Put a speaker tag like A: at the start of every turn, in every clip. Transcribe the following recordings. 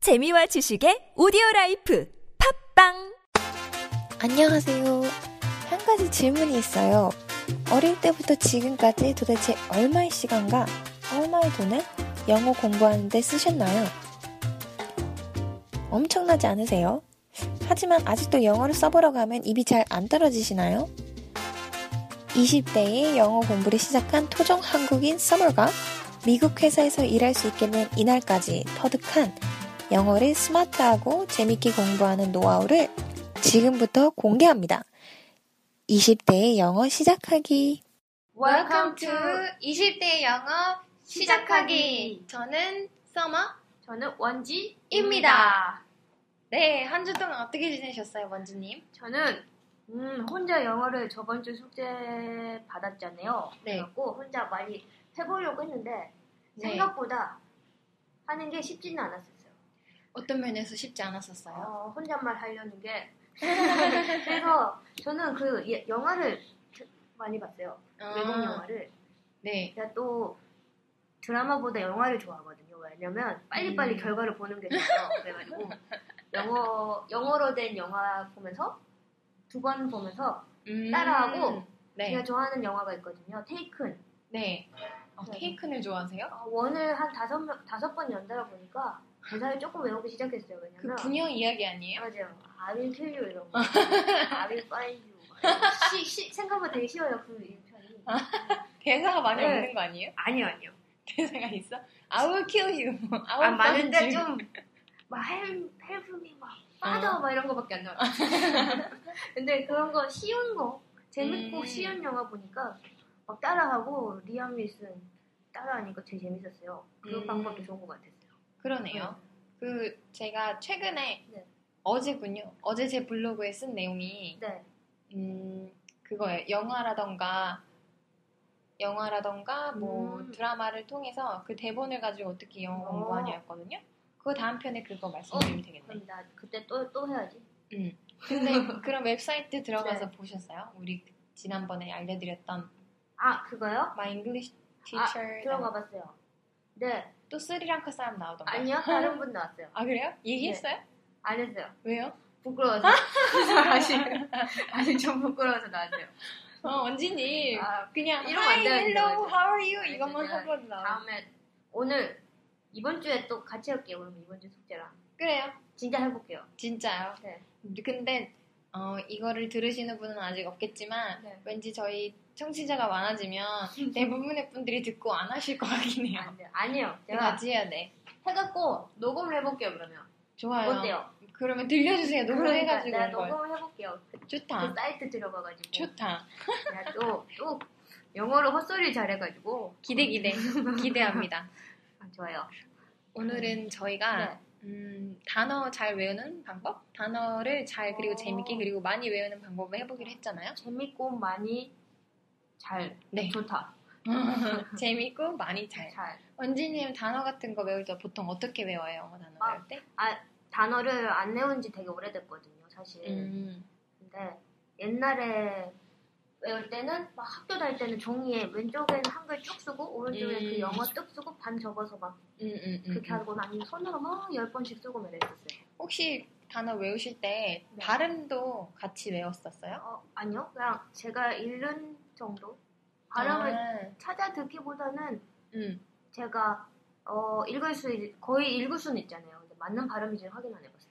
A: 재미와 지식의 오디오 라이프 팝빵
B: 안녕하세요. 한 가지 질문이 있어요. 어릴 때부터 지금까지 도대체 얼마의 시간과 얼마의 돈을 영어 공부하는데 쓰셨나요? 엄청나지 않으세요? 하지만 아직도 영어를 써보라고 하면 입이 잘 안 떨어지시나요? 20대에 영어 공부를 시작한 토종 한국인 서머가 미국 회사에서 일할 수 있겠는 이날까지 터득한 영어를 스마트하고 재밌게 공부하는 노하우를 지금부터 공개합니다. 20대의 영어 시작하기.
C: Welcome to 20대 영어 시작하기. 저는 서머
D: 저는 원지입니다.
C: 입니다. 네, 한 주 동안 어떻게 지내셨어요, 원주님?
D: 저는 음, 혼자 영어를 저번 주 숙제 받았잖아요.
C: 네.
D: 그래갖고 혼자 많이 해보려고 했는데
C: 네.
D: 생각보다 하는 게 쉽지는 않았었어요.
C: 어떤 면에서 쉽지 않았었어요?
D: 어, 혼잣말 하려는 게. 그래서 저는 그 예- 영화를 드- 많이 봤어요. 아,
C: 아.
D: 외국 영화를.
C: 네.
D: 제가 또 드라마보다 영화를 좋아하거든요. 왜냐면 빨리빨리
C: 음.
D: 결과를 보는 게 좋아요. 그래가지고 영어 영어로 된 영화 보면서 두 번 보면서
C: 음,
D: 따라하고 제가
C: 네.
D: 좋아하는 영화가 있거든요. 테이큰
C: 네. 어,
D: 네.
C: 테이큰을 좋아하세요?
D: 어, 원을 한 다섯 명- 다섯 번 연달아 보니까 대사를 조금 외우기 시작했어요.
C: 그
D: 왜냐면
C: 분영 이야기 아니에요?
D: 맞아요. I will kill you 이런 거. I will find you. 시- 시- 생각보다 되게 쉬워요 그 일편이.
C: 아. 대사가 많이
D: 네.
C: 없는 거 아니에요?
D: 아니요 아니요.
C: 대사가 있어? I will kill you. I will
D: 아, 많은데
C: find you.
D: 좀, 막, 헬, 헬프미, 막,
C: 아.
D: 빠져, 막 이런 거밖에 안 나와. 근데 그런 거 쉬운 거, 재밌고
C: 음.
D: 쉬운 영화 보니까 막 따라하고, 리암 리슨 따라하니까 되게 재밌었어요. 그
C: 음.
D: 방법도 좋은 것 같았어요.
C: 그러네요. 그 제가 최근에
D: 음. 네.
C: 어제군요. 어제 제 블로그에 쓴 내용이
D: 네.
C: 음, 그거예요. 영화라던가, 영화라던가, 뭐,
D: 음.
C: 드라마를 통해서 그 대본을 가지고 어떻게 영어
D: 어.
C: 공부하냐였거든요. 그거 다음 편에 그거 말씀드리면 되겠네.
D: 그럼 나 그때 또, 또 해야지.
C: 음. 근데 그런 웹사이트 들어가서
D: 네.
C: 보셨어요? 우리 지난번에 알려드렸던
D: 아, 그거요?
C: My English
D: 아,
C: Teacher.
D: 들어가 봤어요. 네.
C: 또 스리랑카 사람 나오던가.
D: 아니요, 네. 다른 분 나왔어요.
C: 아, 그래요? 얘기했어요?
D: 안 했어요.
C: 왜요?
D: 부끄러워서.
C: 그
D: 아직, 아직 좀 부끄러워서 나왔어요.
C: 어, 원진님.
D: 아,
C: 그냥
D: 이러면 안
C: Hi,
D: 돼요,
C: hello,
D: 이러면.
C: how are you?
D: 알겠어요.
C: 이것만 한번 나와.
D: 다음에 오늘 이번 주에 또 같이 할게요. 그럼 이번 주 숙제랑
C: 그래요.
D: 진짜 해볼게요.
C: 진짜요?
D: 네.
C: 근데 어, 이거를 들으시는 분은 아직 없겠지만
D: 네.
C: 왠지 저희 청취자가 많아지면 대부분의 분들이 듣고 안 하실 것 같긴 해요.
D: 안 돼. 아니요. 제가
C: 같이 해야 돼.
D: 해갖고 녹음을 해볼게요. 그러면
C: 좋아요. 그러니까
D: 어때요? 그러니까
C: 그러면 들려주세요. 녹음해가지고 아.
D: 내가
C: 이걸.
D: 녹음을 해볼게요.
C: 좋다.
D: 그 사이트 들어가가지고
C: 좋다.
D: 내가 또, 또 영어로 헛소리 잘해가지고
C: 기대 기대 기대합니다.
D: 아, 좋아요. 네.
C: 오늘은 저희가 음, 단어 잘 외우는 방법, 단어를 잘 그리고
D: 어.
C: 재밌게 그리고 많이 외우는 방법을 해보기로 했잖아요.
D: 재밌고 많이 잘
C: 네.
D: 좋다.
C: 재밌고 많이 잘.
D: 잘
C: 원지님 단어 같은 거 외울 때 보통 어떻게 외워요? 영어 단어
D: 아,
C: 외울 때?
D: 단어를 안 외운 지 되게 오래됐거든요. 사실.
C: 음.
D: 근데 옛날에 외울 때는 막 학교 다닐 때는 종이에 왼쪽엔 한글 쭉 쓰고 오른쪽엔
C: 음.
D: 그 영어 쭉 쓰고 반 접어서 막
C: 음, 음, 음,
D: 그렇게
C: 음.
D: 하고 아니면 손으로 막 열 번씩 쓰고 막 이랬었어요.
C: 혹시 단어 외우실 때
D: 네.
C: 발음도 같이 외웠었어요?
D: 어, 아니요. 그냥 제가 읽는 정도? 발음을
C: 아,
D: 찾아 듣기보다는
C: 음.
D: 제가 어, 읽을 수, 있- 거의 읽을 수는 있잖아요. 근데 맞는 발음인지 확인 안 해봤어요.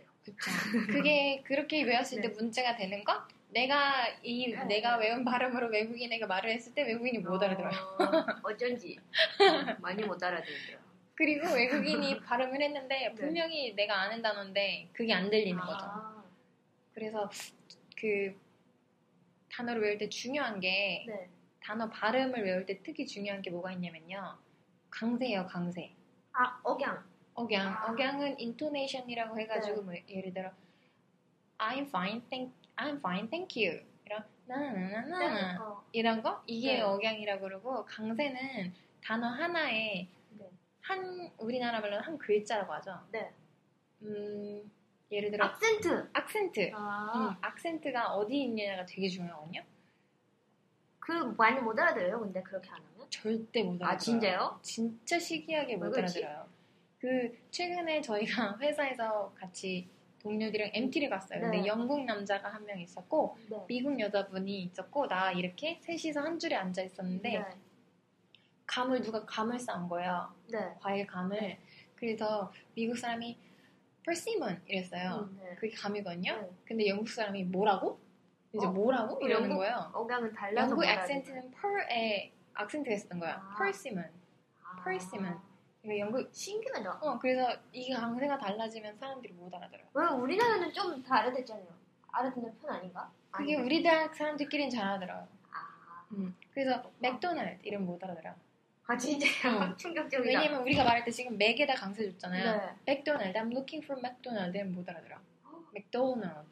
C: 그쵸. 그게 그렇게 외웠을 때
D: 네.
C: 문제가 되는 건 내가 이
D: 네.
C: 내가 외운 발음으로 외국인에게 말을 했을 때 외국인이 못 알아들어요.
D: 어, 어쩐지 많이 못 알아들어요.
C: 그리고 외국인이 발음을 했는데 분명히 내가 아는 단어인데 그게 안 들리는 거죠.
D: 네. 아,
C: 그래서 그 단어를 외울 때 중요한 게
D: 네.
C: 단어 발음을 외울 때 특히 중요한 게 뭐가 있냐면요. 강세예요, 강세.
D: 아, 억양.
C: 억양.
D: 아.
C: 억양은 intonation이라고 해가지고
D: 네.
C: 뭐 예를 들어 I'm fine, thank, I'm fine, thank you. 이런
D: 네.
C: 나나나나
D: 어,
C: 이런 거 이게
D: 네.
C: 억양이라고 그러고 강세는 단어 하나에
D: 네.
C: 한 우리나라 말로는 한 글자라고 하죠.
D: 네.
C: 음, 예를 들어
D: 악센트.
C: 악센트.
D: 아.
C: 음, 악센트가 어디 있느냐가 되게 중요하거든요.
D: 그 많이 못 알아들어요. 근데 그렇게 안 하면
C: 네. 절대 못 알아들어요.
D: 진짜요?
C: 진짜 시기하게 못
D: 왜 그러지?
C: 알아들어요. 그 최근에 저희가 회사에서 같이 동료들이랑 MT를 갔어요. 근데
D: 네.
C: 영국 남자가 한 명 있었고
D: 네.
C: 미국 여자분이 있었고 나 이렇게 셋이서 한 줄에 앉아 있었는데
D: 네.
C: 감을 누가 감을 싼 거예요.
D: 네.
C: 과일 감을. 그래서 미국 사람이 persimmon 이랬어요.
D: 음, 네.
C: 그게 감이거든요.
D: 네.
C: 근데 영국 사람이 뭐라고? 이제
D: 어?
C: 뭐라고?
D: 어,
C: 이러는
D: 영국-
C: 거예요.
D: 억양은 달라서
C: 영국
D: 말하지.
C: 액센트는 per에 악센트가 있었던 거야.
D: 아.
C: persimmon.
D: 아.
C: persimmon. 이거 영국
D: 신기하다.
C: 어 그래서 이 강세가 달라지면 사람들이 못 알아들어요.
D: 왜 우리나라는 좀 다르댔잖아요. 알아듣는 편 아닌가?
C: 그게
D: 아니.
C: 우리 대학 사람들끼리는 잘 알아들어요.
D: 아,
C: 음. 그래서 맥도날드 이름 못 알아들어요.
D: 아 진짜
C: 응.
D: 충격적이다.
C: 왜냐면 우리가 말할 때 지금 맥에다 강세 줬잖아요.
D: 그러니까. 네.
C: 맥도날드 I'm looking for McDonald는 못 알아들어. 맥도날드.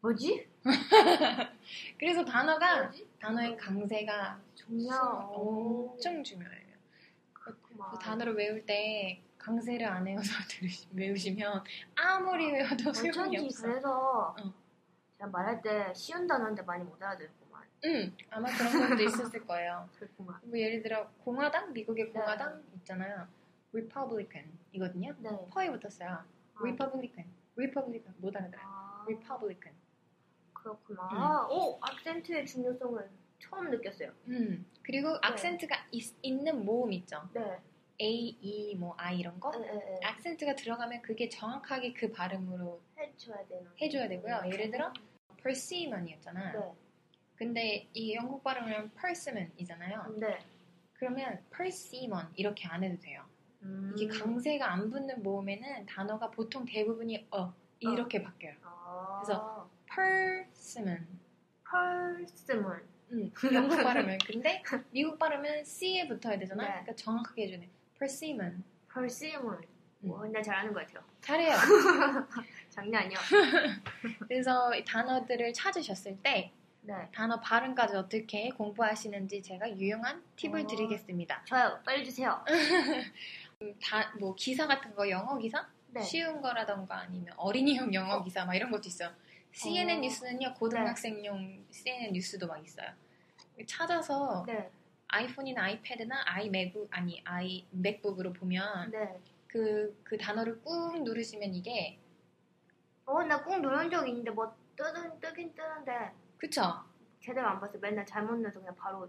D: 뭐지?
C: 그래서 단어가
D: 뭐지?
C: 단어의 강세가
D: 중요.
C: 엄청 중요해요.
D: 아. 뭐.
C: 그 단어를 외울 때 강세를 안 외워서 들으시- 외우시면 아무리 외워도 소용이
D: 어쩐지
C: 없어.
D: 그래서
C: 어.
D: 제가 말할 때 쉬운 단어인데 많이 못 알아듣구만.
C: 응, 음, 아마 그런 것도 있었을 거예요.
D: 그렇구만.
C: 뭐 예를 들어 공화당
D: 네.
C: 미국의 공화당 있잖아요. Republican 이거든요.
D: 네.
C: 퍼에 붙었어요.
D: 아,
C: Republican, Republican 못 알아들어.
D: 아,
C: Republican.
D: 그렇구나. 오 악센트의 중요성을 처음 느꼈어요.
C: 음 그리고 악센트가 있, 있는 모음 있죠.
D: 네.
C: A, E, 뭐 I 이런 거.
D: 어, 에에에.
C: 악센트가 들어가면 그게 정확하게 그 발음으로
D: 해줘야 되는.
C: 해줘야 되고요. 예를 들어 persimmon이었잖아.
D: 네.
C: 근데 이 영국 발음을 하면 persimmon이잖아요.
D: 네.
C: 그러면 persimmon 이렇게 안 해도 돼요.
D: 음.
C: 이게 강세가 안 붙는 모음에는 단어가 보통 대부분이 어 이렇게 바뀌어요.
D: 아.
C: 그래서 person.
D: 펄스물.
C: 음, 영국 발음은 근데 미국 발음은 c에 붙어야 되잖아.
D: 네.
C: 그러니까 정확하게 해주네. persimmon.
D: 펄스물.
C: 음.
D: 와, 나뭐 잘하는 것 같아요.
C: 잘해요.
D: 장난 아니야.
C: 그래서 이 단어들을 찾으셨을 때
D: 네.
C: 단어 발음까지 어떻게 공부하시는지 제가 유용한 팁을
D: 어.
C: 드리겠습니다.
D: 저요. 빨리 주세요.
C: 음, 다, 뭐 기사 같은 거 영어 기사?
D: 네.
C: 쉬운 거라던가 아니면 어린이용 영어 기사 막 이런 것도 있어요. CNN
D: 어.
C: 뉴스는요 고등학생용 CNN 뉴스도 막 있어요. 찾아서
D: 네.
C: 아이폰이나 아이패드나 아이맥북 아니 아이 맥북으로 보면
D: 네.
C: 그 그 단어를 꾹 누르시면 이게
D: 어, 나 꾹 누른 적 있는데 뭐 뜨긴 뜨긴 뜨는데
C: 그쵸?
D: 제대로 안 봤어. 맨날 잘못 눌러서 그냥 바로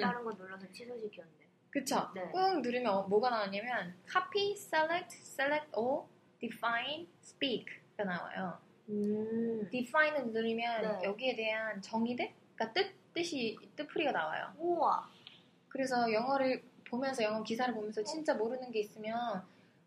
D: 다른 거 눌러서 취소시켰는데.
C: 그쵸?
D: 네.
C: 꾹 누르면 어- 뭐가 나오냐면 copy, select, select all, define, speak가 나와요.
D: 음.
C: define을 누르면
D: 네.
C: 여기에 대한 정의들, 그러니까 뜻 뜻이 뜻풀이가 나와요.
D: 우와.
C: 그래서 영어를 보면서 영어 기사를 보면서 진짜 모르는 게 있으면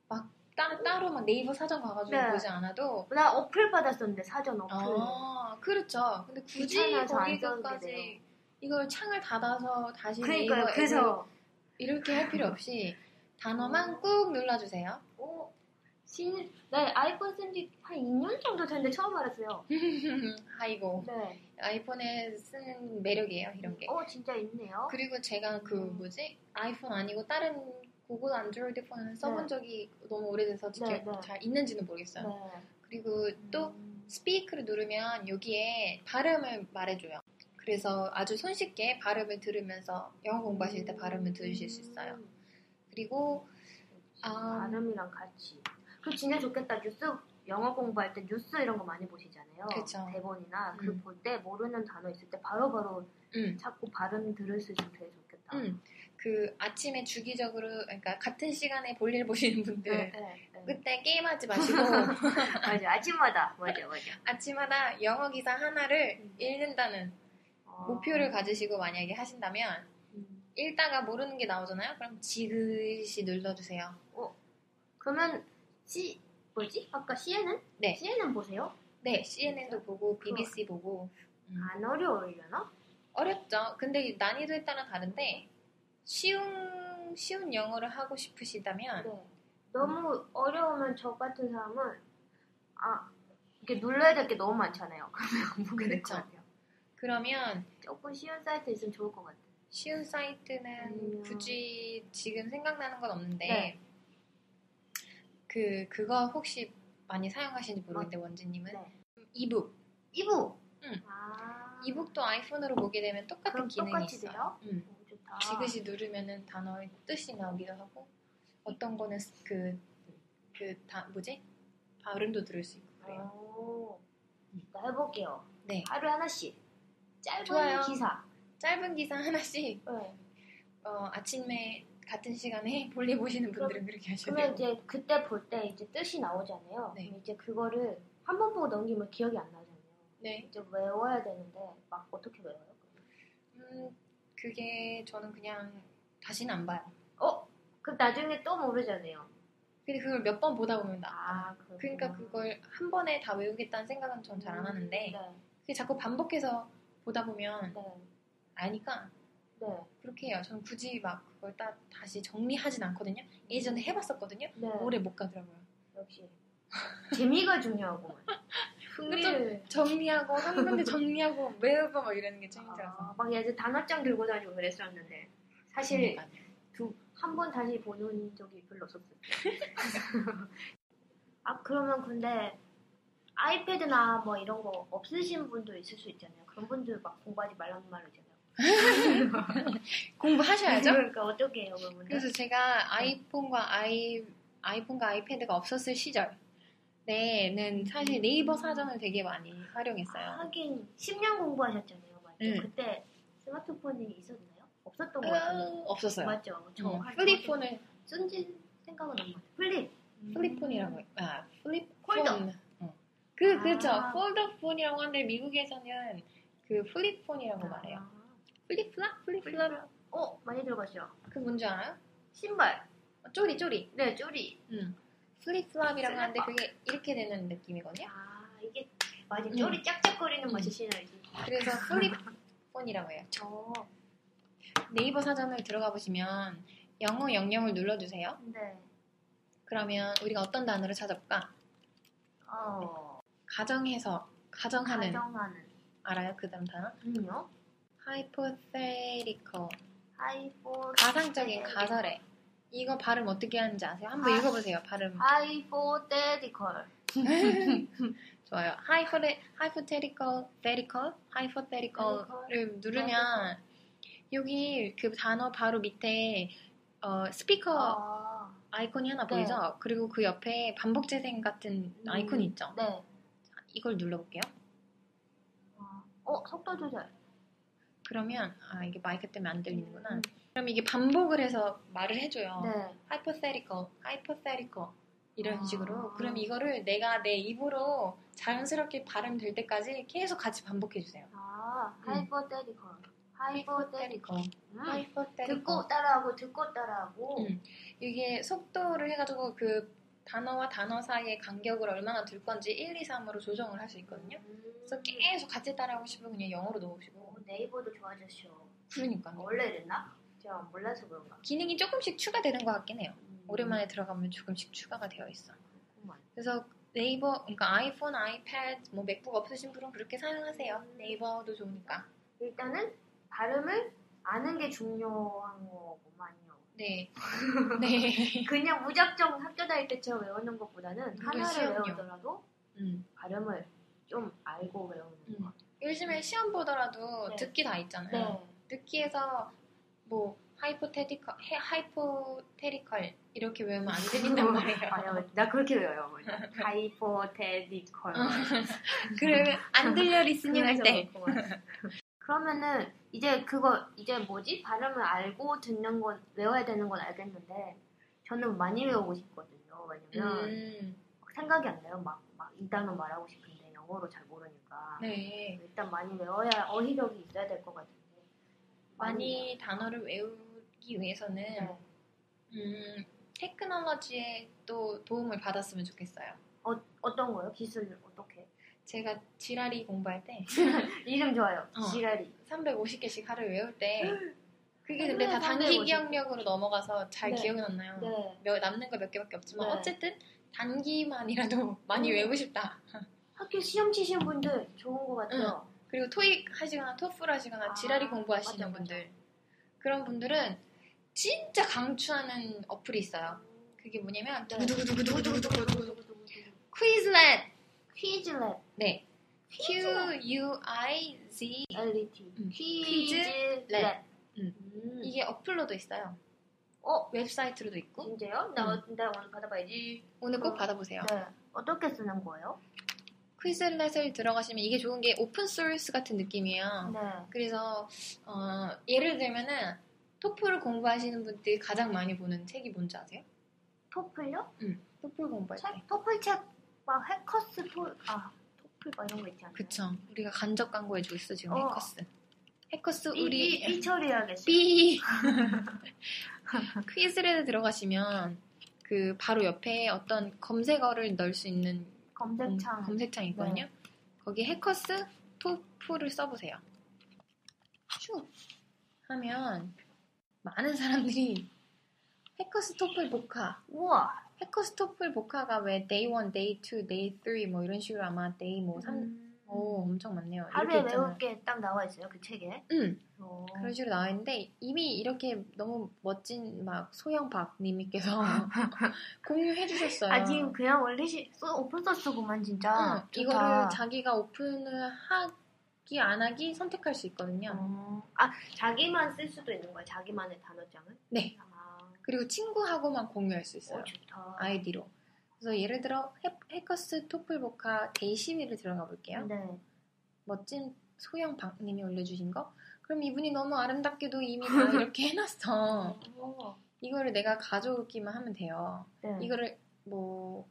C: 막 따, 따로 막 네이버 사전 가가지고
D: 네.
C: 보지 않아도
D: 나 어플 받았었는데 사전 어플.
C: 아 그렇죠. 근데 굳이
D: 귀찮아서 안 써도
C: 거기까지
D: 돼요.
C: 이걸 창을 닫아서 다시 네이버
D: 그러니까요.
C: 앱으로
D: 그래서 음.
C: 이렇게 할 필요 없이 단어만 꾹 눌러주세요.
D: 오. 어? 신, 나 아이폰 쓴지 한 2년 정도 됐는데 처음 알았어요.
C: 아이고
D: 네.
C: 아이폰에 쓰는 매력이에요 이런 게.
D: 어, 진짜 있네요.
C: 그리고 제가 그
D: 음.
C: 뭐지 아이폰 아니고 다른 구글 안드로이드 폰을 써본
D: 네.
C: 적이 너무 오래돼서
D: 네,
C: 지금
D: 네.
C: 잘 있는지는 모르겠어요.
D: 네.
C: 그리고 그렇죠. 또
D: 음.
C: 스피크를 누르면 여기에 발음을 말해줘요. 그래서 아주 손쉽게 발음을 들으면서 영어 공부하실 때 발음을 들으실 수 있어요. 그리고 아.
D: 발음이랑 같이. 그 진짜 좋겠다. 뉴스 영어 공부할 때 뉴스 이런 거 많이 보시잖아요.
C: 그쵸.
D: 대본이나
C: 음.
D: 그 볼 때 모르는 단어 있을 때 바로바로
C: 음,
D: 찾고 발음 들을 수 있으면 되게 좋겠다.
C: 음, 그 아침에 주기적으로 그러니까 같은 시간에 볼일 보시는 분들
D: 네, 네, 네.
C: 그때 게임하지 마시고
D: 맞아. 아침마다. 맞아, 맞아.
C: 아침마다 영어 기사 하나를
D: 음.
C: 읽는다는
D: 어.
C: 목표를 가지시고 만약에 하신다면
D: 음.
C: 읽다가 모르는 게 나오잖아요. 그럼 지그시 눌러주세요.
D: 그러면 C 뭐지? 아까 CNN?
C: 네.
D: CNN 보세요.
C: 네, CNN도 보고 BBC 보고 음.
D: 안 어려우려나?
C: 어렵죠. 근데 난이도에 따라 다른데 쉬운 쉬운 영어를 하고 싶으시다면
D: 네. 너무 어려우면 저 같은 사람은 아 이렇게 눌러야 될 게 너무 많잖아요. 그러면 안 보게 될
C: 그쵸.
D: 것 같아요.
C: 그러면
D: 조금 쉬운 사이트 있으면 좋을 것 같아요.
C: 쉬운 사이트는
D: 음.
C: 굳이 지금 생각나는 건 없는데
D: 네.
C: 그 그거 혹시 많이 사용하시는지 모르겠는데 원진님은
D: 네.
C: 이북
D: 이북.
C: 응.
D: 아
C: 이북도 아이폰으로 보게 되면 똑같은
D: 그럼
C: 기능이
D: 똑같이 아.
C: 있어요.
D: 돼요?
C: 음.
D: 오, 좋다.
C: 지그시 누르면은 단어의 뜻이 나오기도 하고 어떤 거는 그, 그, 다, 뭐지? 발음도 들을 수 있고 그래요.
D: 아. 오, 나 해볼게요.
C: 네.
D: 하루에 하나씩. 짧은
C: 좋아요.
D: 기사.
C: 짧은 기사 하나씩,
D: 네.
C: 어, 아침에 같은 시간에 볼일 보시는 분들은 그렇게 하셔야
D: 그러면
C: 돼요.
D: 이제 그때 볼 때 이제 뜻이 나오잖아요.
C: 네.
D: 그럼 이제 그거를 한 번 보고 넘기면 기억이 안 나잖아요.
C: 네.
D: 이제 외워야 되는데 막 어떻게 외워요?
C: 음, 그게 저는 그냥 다시는 안 봐요.
D: 어? 그럼 나중에 또 모르잖아요.
C: 근데 그걸 몇 번 보다 보면 나.
D: 아, 그렇구나.
C: 그러니까 그걸 한 번에 다 외우겠다는 생각은 전 잘 안 하는데,
D: 네,
C: 그게 자꾸 반복해서 보다 보면
D: 네,
C: 아니까
D: 네,
C: 그렇게 해요. 저는 굳이 막 그걸 따, 다시 정리하진 않거든요. 예전에 해봤었거든요.
D: 네.
C: 오래 못 가더라고요.
D: 역시 재미가 중요하구만. 흥미를
C: 정리하고 한 군데 정리하고 외우고 막 이러는 게 재밌더라고요.
D: 아, 막 예전 단합장 들고 다니고 그랬었는데 사실 그, 한 번 다시 보는 적이 별로 없었어요. 아 그러면 근데 아이패드나 뭐 이런 거 없으신 분도 있을 수 있잖아요. 그런 분들 막 공부하지 말라는 말이잖아요.
C: 공부하셔야죠.
D: 그러니까 어떻게 해요, 그러면?
C: 그래서 제가 아이폰과 아이 아이폰과 아이패드가 없었을 시절 때는 사실 네이버 사전을 되게 많이 활용했어요.
D: 하긴 10년 공부하셨잖아요, 맞죠?
C: 음.
D: 그때 스마트폰이 있었나요? 없었던 거 같아요.
C: 어, 없었어요.
D: 맞죠? 저
C: 음,
D: 한-
C: 플립폰을
D: 쓴지 생각은 안 나요. 플립.
C: 플립폰이라고 해요. 아 플립폰.
D: 폴더.
C: 어. 그 그렇죠.
D: 아.
C: 폴더폰이라고 하는데 미국에서는 그 플립폰이라고
D: 아.
C: 말해요. 플립플랍 플립플랍
D: 음. 어, 많이 들어봤죠.
C: 그 뭔지 알아요?
D: 신발.
C: 어, 쪼리 쪼리.
D: 네, 쪼리.
C: 음. 플립플랍이라고
D: 슬리퍼.
C: 하는데 그게 이렇게 되는 느낌이거든요.
D: 아, 이게 맞아.
C: 음.
D: 쪼리 짝짝거리는
C: 음.
D: 맛이 신어야지.
C: 그래서 플립폰이라고 해요.
D: 어,
C: 네이버 사전을 들어가 보시면 영어 영영을 눌러주세요.
D: 근데
C: 그러면 우리가 어떤 단어를 찾아볼까?
D: 어,
C: 가정해서 가정하는
D: 가정하는
C: 알아요? 그 다음 단어
D: 음요?
C: hypothetical
D: 하이포
C: 가상적인 가설에 이거 발음 어떻게 하는지 아세요? 한번
D: 아.
C: 읽어보세요. 발음
D: 하이포테디컬.
C: 좋아요. hypothe- hypothetical, thetical, hypothetical을
D: 아.
C: 누르면 여기 그 단어 바로 밑에 어, 스피커
D: 아,
C: 아이콘이 하나
D: 네.
C: 보이죠? 그리고 그 옆에 반복 재생 같은
D: 음.
C: 아이콘이 있죠?
D: 네.
C: 이걸 눌러볼게요.
D: 어, 속도 조절.
C: 그러면 아 이게 마이크 때문에 안 들리는구나. 어.
D: 음.
C: 그럼 이게 반복을 해서 말을 해줘요.
D: 네.
C: hypothetical, hypothetical 이런
D: 아.
C: 식으로. 그럼 이거를 내가 내 입으로 자연스럽게 발음 될 때까지 계속 같이 반복해 주세요.
D: 아,
C: 음.
D: 하이포테디컬. 하이포테디컬.
C: hypothetical,
D: 음.
C: hypothetical.
D: 듣고 따라하고 듣고 따라하고.
C: 음. 이게 속도를 해가지고 그 단어와 단어 사이의 간격을 얼마나 둘 건지 1, 2, 3으로 조정을 할 수 있거든요. 그래서 계속 같이 따라하고 싶으면 그냥 영어로 넣으시고.
D: 오, 음. 뭐, 네이버도 좋아졌어.
C: 그러니까 요
D: 원래 이랬나? 제가 몰라서 그런가.
C: 기능이 조금씩 추가되는 것 같긴 해요.
D: 음.
C: 오랜만에 들어가면 조금씩 추가가 되어 있어.
D: 그렇구만.
C: 그래서 네이버, 그러니까 아이폰, 아이패드, 뭐 맥북 없으신 분은 그렇게 사용하세요. 네이버도 좋으니까.
D: 일단은 발음을 아는 게 중요한 거구만요.
C: 네. 네.
D: 그냥 무작정 학교 다닐 때처럼 외우는 것보다는
C: 이게
D: 하나를
C: 시험이요.
D: 외우더라도
C: 음.
D: 발음을 좀 알고 외우는
C: 음.
D: 것 같아요.
C: 요즘에 시험 보더라도
D: 네.
C: 듣기 다 있잖아요. 듣기에서 뭐 하이포테디컬, 하이포테리컬 이렇게 외우면 안 들린단 말이에요.
D: 아니요, 나 그렇게 외워요. 뭐 하이포테디컬.
C: 어,
D: 뭐
C: 그러면 안 들려 리스닝 할
D: 그래서
C: 때.
D: 그렇구만. 그러면은 이제 그거 이제 뭐지 발음을 알고 듣는 건 외워야 되는 건 알겠는데 저는 많이 외우고 싶거든요. 왜냐면
C: 음.
D: 생각이 안 나요. 막 막 이 단어 말하고 싶은데 영어로 잘 모르니까
C: 네.
D: 일단 많이 외워야 어휘력이 있어야 될 것 같은데
C: 많이 단어를 외우기 위해서는
D: 네.
C: 음, 테크놀로지에 또 도움을 받았으면 좋겠어요.
D: 어, 어떤 거요? 기술 어떻게?
C: 제가 지라리 공부할 때
D: 이름 좋아요.
C: 어.
D: 지랄이.
C: 350개씩 하루 외울 때 그게
D: 아,
C: 근데 다
D: 그래요,
C: 단기
D: 350.
C: 기억력으로 넘어가서 잘
D: 네.
C: 기억이 났나요?
D: 네.
C: 몇- 남는 거 몇 개밖에 없지만
D: 네.
C: 어쨌든 단기만이라도 많이
D: 음.
C: 외우고 싶다.
D: 학교 시험 치신 분들 좋은 것 같아요.
C: 그리고 토익 하시거나 토플 하시거나
D: 아,
C: 지라리 공부하시는
D: 맞아, 맞아.
C: 분들 그런 분들은 진짜 강추하는 어플이 있어요. 그게 뭐냐면
D: 네.
C: 두구두구두구두구두구두구 퀴즈렛
D: 퀴즈랩.
C: 네 Q U I Z
D: LET.
C: 음.
D: 퀴즈랩.
C: 퀴즈랩.
D: 음.
C: 이게 어플로도 있어요.
D: 어?
C: 웹사이트로도 있고
D: 진짜요? 나, 나 오늘 받아봐야지.
C: 오늘 꼭
D: 어.
C: 받아보세요.
D: 네. 어떻게 쓰는 거예요?
C: 퀴즈렛을 들어가시면 이게 좋은 게 오픈 소스 같은 느낌이에요.
D: 네.
C: 그래서 어, 예를 들면은 토플을 공부하시는 분들이 가장 많이 보는 책이 뭔지 아세요?
D: 토플요?
C: 토플 공부할 때.
D: 책? 토플 책, 막 해커스 토, 아, 토플 막 이런 거 있지 않나요?
C: 그쵸. 우리가 간접 광고해주고 있어 지금
D: 어.
C: 해커스. 해커스
D: 삐, 삐,
C: 우리
D: 삐 처리해야겠어요.
C: 삐 퀴즈렛에 들어가시면 그 바로 옆에 어떤 검색어를 넣을 수 있는
D: 검색창. 네.
C: 검색창 있거든요. 거기 해커스 토프를 써보세요. 쭉 하면 많은 사람들이 해커스 토플 복화,
D: 우와.
C: 해커스 토플 복화가 왜 day 1, day 2, day 3 뭐 이런 식으로 아마 day 뭐 3,
D: 음.
C: 오 엄청 많네요.
D: 하루에
C: 이렇게 있잖아요.
D: 외울 게 딱 나와 있어요, 그 책에.
C: 응,
D: 어.
C: 그런 식으로 나와 있는데 이미 이렇게 너무 멋진 막 소영박님께서 공유해 주셨어요.
D: 아, 지금 그냥 원래시, 소- 오픈소스구만, 진짜.
C: 응, 이거를 자기가 오픈을 하기 안 하기 선택할 수 있거든요.
D: 어. 아, 자기만 쓸 수도 있는 거예요, 자기만의 단어장을?
C: 네.
D: 아,
C: 그리고 친구하고만 공유할 수 있어요.
D: 어, 좋다.
C: 아이디로. 그래서 예를 들어 해, 해커스 토플보카 데이시미를 들어가 볼게요.
D: 네.
C: 멋진 소영 박님이 올려주신 거. 그럼 이분이 너무 아름답게도 이미 다 이렇게 해놨어.
D: 어.
C: 이거를 내가 가져오기만 하면 돼요.
D: 네.
C: 이거를 뭐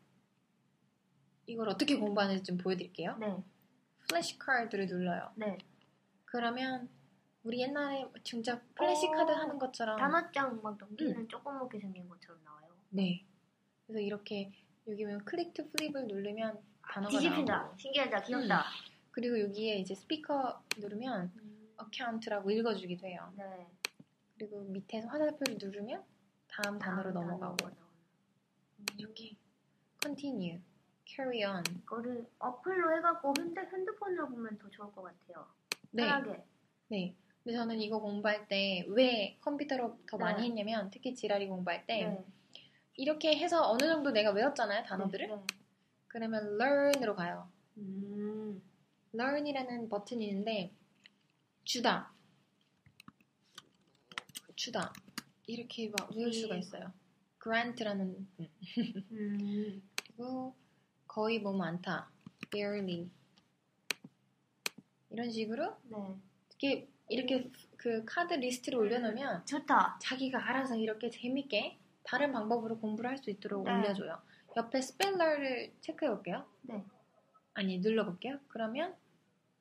C: 이걸 어떻게 공부하는지 좀 보여드릴게요.
D: 네.
C: 플래시 카드를 눌러요.
D: 네.
C: 그러면 우리 옛날에 진짜 플래시
D: 어,
C: 카드 하는 것처럼
D: 단어장 막 넘기는 조그맣게 생긴 것처럼 나와요.
C: 네. 그래서 이렇게 여기 보면 클릭 투 플립을 누르면 단어가
D: 뒤집힌다.
C: 나오고
D: 신기하다. 귀엽다.
C: 그리고 여기에 이제 스피커 누르면 어카운트라고 읽어주기도 해요.
D: 네.
C: 그리고 밑에 화살표를 누르면
D: 아,
C: 다음 단어로 넘어가고
D: 네.
C: 이렇게 continue, carry on.
D: 이거를 어플로 해갖고 핸드, 핸드폰으로 보면 더 좋을 것 같아요.
C: 네,
D: 편하게.
C: 네. 근데 저는 이거 공부할 때 왜 컴퓨터로 더
D: 네.
C: 많이 했냐면 특히 지랄이 공부할 때
D: 네.
C: 이렇게 해서 어느 정도 내가 외웠잖아요 단어들을.
D: 네.
C: 그러면 learn으로 가요.
D: 음.
C: learn이라는 버튼이 있는데 주다 주다 이렇게 막 외울 수가
D: 예.
C: 있어요. grant라는 음.
D: 음.
C: 그리고 거의 뭐 많다 barely 이런 식으로
D: 네.
C: 이렇게 이렇게 그 카드 리스트를 올려놓으면
D: 좋다.
C: 자기가 알아서 이렇게 재밌게 다른 방법으로 공부를 할 수 있도록
D: 네.
C: 올려줘요. 옆에 스펠러를 체크해 볼게요.
D: 네.
C: 아니 눌러볼게요. 그러면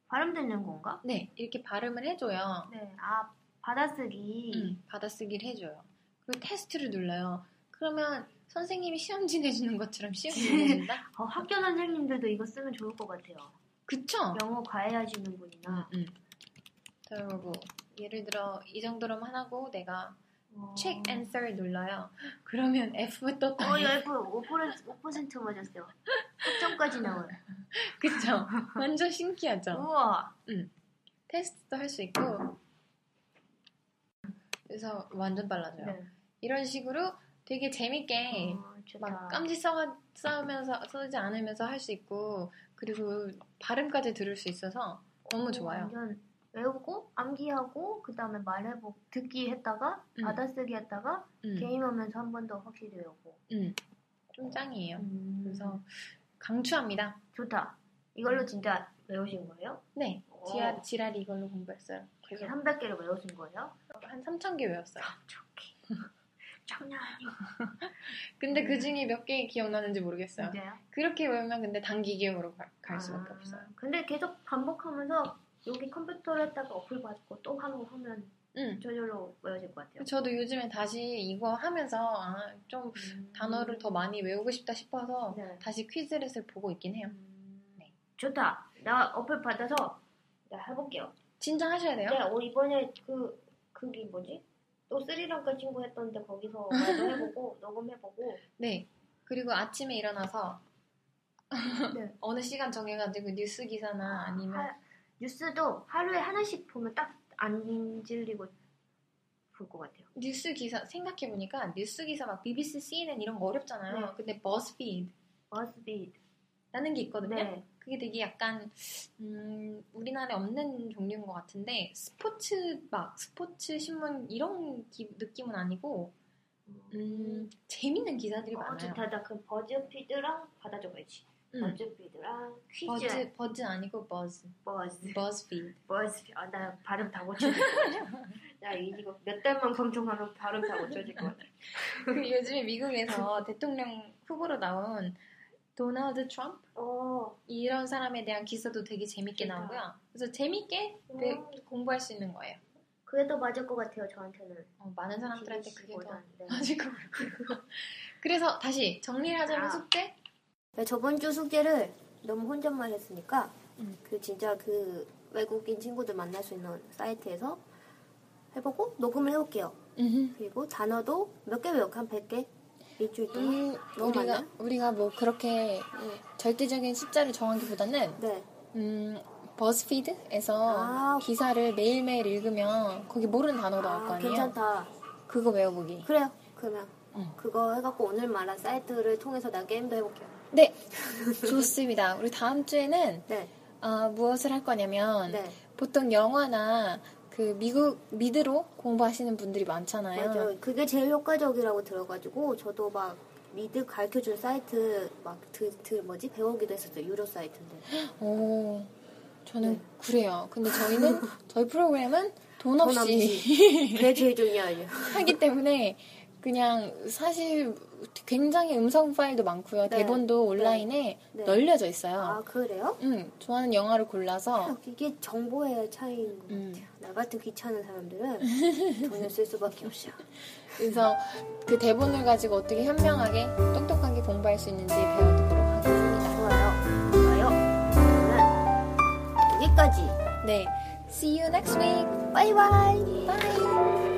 D: 발음 듣는 건가?
C: 네 이렇게 발음을 해줘요.
D: 네. 아, 받아쓰기.
C: 음, 받아쓰기를 해줘요. 그리고 테스트를 눌러요. 그러면 선생님이 시험 지내주는 것처럼 시험 지내준다?
D: 어, 학교 선생님들도 이거 쓰면 좋을 것 같아요.
C: 그쵸?
D: 영어 과외하시는 분이나.
C: 음. 그리고 예를 들어 이 정도로만 하고 내가
D: 어.
C: 음. check answer 눌러요. 그러면 F 떴다.
D: 어, 열5% 5% 맞았어요. 10점까지 나와요.
C: 그쵸? 완전 신기하죠?
D: 우와.
C: 테스트도 할 수 있고 그래서 완전 빨라져요.
D: 네.
C: 이런 식으로 되게 재밌게
D: 어, 좋다.
C: 막 깜지 싸가, 싸우면서 쓰지 않으면서 할 수 있고 그리고 발음까지 들을 수 있어서 너무 좋아요.
D: 완전 외우고 암기하고 그 다음에 말해보 고 듣기 했다가
C: 음.
D: 받아쓰기 했다가
C: 음,
D: 게임하면서 한 번 더 확실히 외우고.
C: 음. 좀 짱이에요.
D: 음.
C: 그래서 강추합니다.
D: 좋다. 이걸로 진짜 외우신 거예요?
C: 네,
D: 오. 아.
C: 지랄, 지랄이 이걸로 공부했어요. 그래서
D: 300개를 외우신 거예요?
C: 한 3천 개 외웠어요.
D: 아. 좋게. 장난 아니에요.
C: 근데
D: 음.
C: 그 중에 몇 개 기억나는지 모르겠어요.
D: 진짜요?
C: 그렇게 외우면 근데 단기 기억으로 갈, 갈 수밖에
D: 네. 아,
C: 없어요.
D: 근데 계속 반복하면서 여기 컴퓨터를 했다가 어플 받고 또 하고 하면
C: 음.
D: 저절로 외워질 것 같아요.
C: 저도 요즘에 다시 이거 하면서 아, 좀
D: 음.
C: 단어를 더 많이 외우고 싶다 싶어서
D: 네.
C: 다시 퀴즈렛을 보고 있긴 해요.
D: 음.
C: 네.
D: 좋다. 나 어플 받아서 나 해볼게요.
C: 진짜 하셔야 돼요.
D: 네, 어, 이번에 그 그게 뭐지? 또 스리랑카 친구 했던데 거기서 말도 해보고 녹음해보고
C: 네. 그리고 아침에 일어나서
D: 네.
C: 어느 시간 정해가지고 뉴스 기사나 아니면
D: 하- 뉴스도 하루에 하나씩 보면 딱 안 질리고 볼 것 같아요.
C: 뉴스 기사 생각해 보니까 뉴스 기사 막 BBC, CNN 이런 거 어렵잖아요.
D: 네.
C: 근데 버스피드라는
D: 버스비드.
C: 게 있거든요.
D: 네.
C: 그게 되게 약간 음, 우리나라에 없는 종류인 것 같은데 스포츠 막 스포츠 신문 이런 기- 느낌은 아니고 음, 재밌는 기사들이 많아요.
E: 어쨌든 다그 버즈피드랑 받아줘야지.
C: 음.
E: 버즈피드랑 퀴즈,
C: 버즈 버즈 아니고 버즈
D: 네.
E: 버즈,
C: 버즈피드.
E: 버즈피. 아, 나 발음 다 고쳐질 것 같아. 나 이거 몇 달만 방송하면 발음 다 고쳐질 것 같아.
C: 그 요즘에 미국에서 대통령 후보로 나온 도널드 트럼프
E: 어,
C: 이런 사람에 대한 기사도 되게 재밌게
E: 진짜.
C: 나오고요. 그래서 재밌게 배-
E: 음.
C: 공부할 수 있는 거예요.
E: 그게 더 맞을 것 같아요, 저한테는.
C: 어, 많은 사람들한테 그게 더
E: TBC 보다는. 네.
C: 맞을 것 같아요. 그래서 다시 정리를 하자면
E: 아.
C: 숙제
D: 네, 저번 주 숙제를 너무 혼잣말 했으니까
C: 음.
D: 그 진짜 그 외국인 친구들 만날 수 있는 사이트에서 해보고 녹음을 해볼게요. 그리고 단어도 몇 개 외워? 한 100개? 일주일 동안?
F: 음,
D: 너무
F: 우리가
D: 많나?
F: 우리가 뭐 그렇게
D: 네.
F: 절대적인 숫자를 정하기보다는
D: 네.
F: 음, 버스피드에서
D: 아.
F: 기사를 매일매일 읽으면 거기 모르는 단어 나올 거
D: 아,
F: 아니에요?
D: 괜찮다.
F: 그거 외워보기.
D: 그래요. 그러면
F: 응.
D: 그거 해갖고 오늘 말한 사이트를 통해서 나 게임도 해볼게요.
F: 네, 좋습니다. 우리 다음 주에는
D: 네.
F: 아, 무엇을 할 거냐면
D: 네.
F: 보통 영화나 그 미국 미드로 공부하시는 분들이 많잖아요.
D: 맞아요. 그게 제일 효과적이라고 들어가지고 저도 막 미드 가르쳐준 사이트 막 드, 드 뭐지 배우기도 했었어요. 유료 사이트인데.
F: 오, 저는
D: 네.
F: 그래요. 근데 저희는 저희 프로그램은 돈
D: 돈
F: 없이
D: 그게 제일 중요해요.
F: 하기 때문에 그냥 사실 굉장히 음성 파일도 많고요.
D: 네.
F: 대본도 온라인에
D: 네.
F: 널려져 있어요.
D: 아 그래요?
F: 음, 좋아하는 영화를
C: 어.
F: 골라서
D: 이게 정보의 차이인 것
F: 음.
D: 같아요. 나 같은 귀찮은 사람들은 돈을 쓸 수밖에 없어요.
F: 그래서 그 대본을 가지고 어떻게 현명하게 똑똑하게 공부할 수 있는지 배워보도록 하겠습니다.
D: 좋아요. 좋아요. 그러면 여기까지.
F: 네, see you next week.
D: 바이바이.
F: Bye.